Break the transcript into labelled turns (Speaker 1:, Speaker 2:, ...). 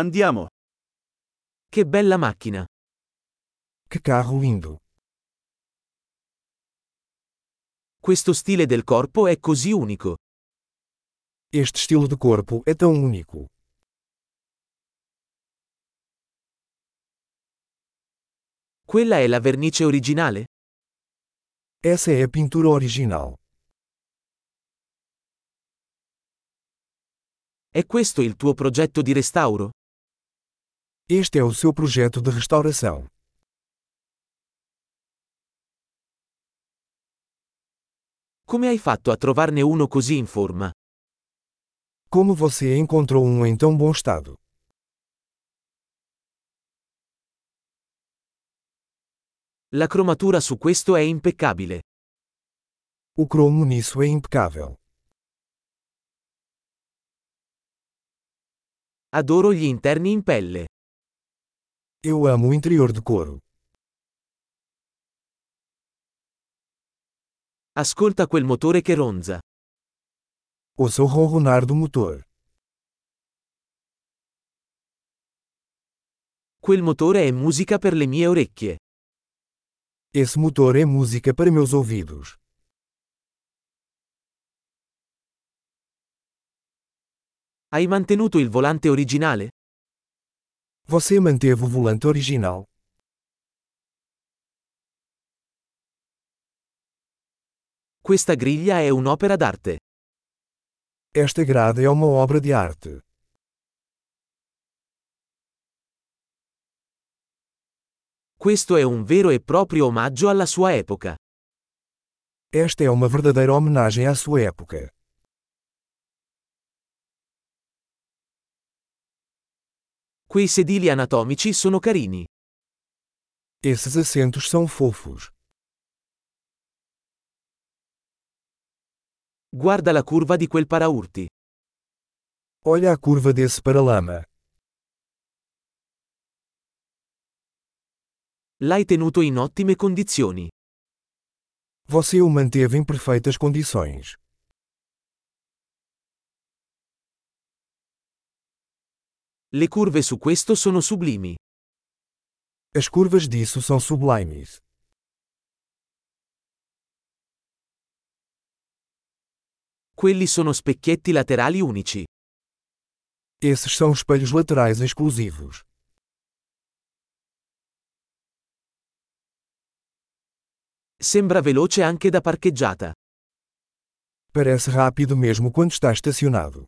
Speaker 1: Andiamo. Che bella macchina.
Speaker 2: Que carro lindo!
Speaker 1: Questo stile del corpo è così unico.
Speaker 2: Este estilo de corpo é tão único.
Speaker 1: Quella è la vernice originale?
Speaker 2: Essa é a pintura original.
Speaker 1: È questo il tuo progetto di restauro?
Speaker 2: Este é o seu projeto de restauração.
Speaker 1: Come hai fatto a trovarne uno così in forma?
Speaker 2: Como você encontrou um em tão bom estado?
Speaker 1: La cromatura su questo è impeccabile.
Speaker 2: O cromo nisso é impecável.
Speaker 1: Adoro gli interni in pelle.
Speaker 2: Eu amo o interior de couro.
Speaker 1: Ascolta quel motore che ronza.
Speaker 2: Ouça o ronronar do motor.
Speaker 1: Quel motore è musica per le mie orecchie.
Speaker 2: Esse motor é música para meus ouvidos.
Speaker 1: Hai mantenuto il volante originale?
Speaker 2: Você manteve o volante original.
Speaker 1: Questa griglia è un'opera d'arte.
Speaker 2: Esta grade é uma obra de arte.
Speaker 1: Questo è un vero e proprio omaggio alla sua epoca.
Speaker 2: Esta é uma verdadeira homenagem à sua época.
Speaker 1: Quei sedili anatomici sono carini.
Speaker 2: Esses assentos são fofos.
Speaker 1: Guarda la curva di quel paraurti.
Speaker 2: Olha a curva desse paralama.
Speaker 1: L'hai tenuto in ottime condizioni.
Speaker 2: Você o manteve em perfeitas condições.
Speaker 1: Le curve su questo sono sublimi.
Speaker 2: As curvas disso são sublimes.
Speaker 1: Quelli sono specchietti laterali unici.
Speaker 2: Esses são espelhos laterais exclusivos.
Speaker 1: Sembra veloce anche da parcheggiata.
Speaker 2: Parece rápido mesmo quando está estacionado.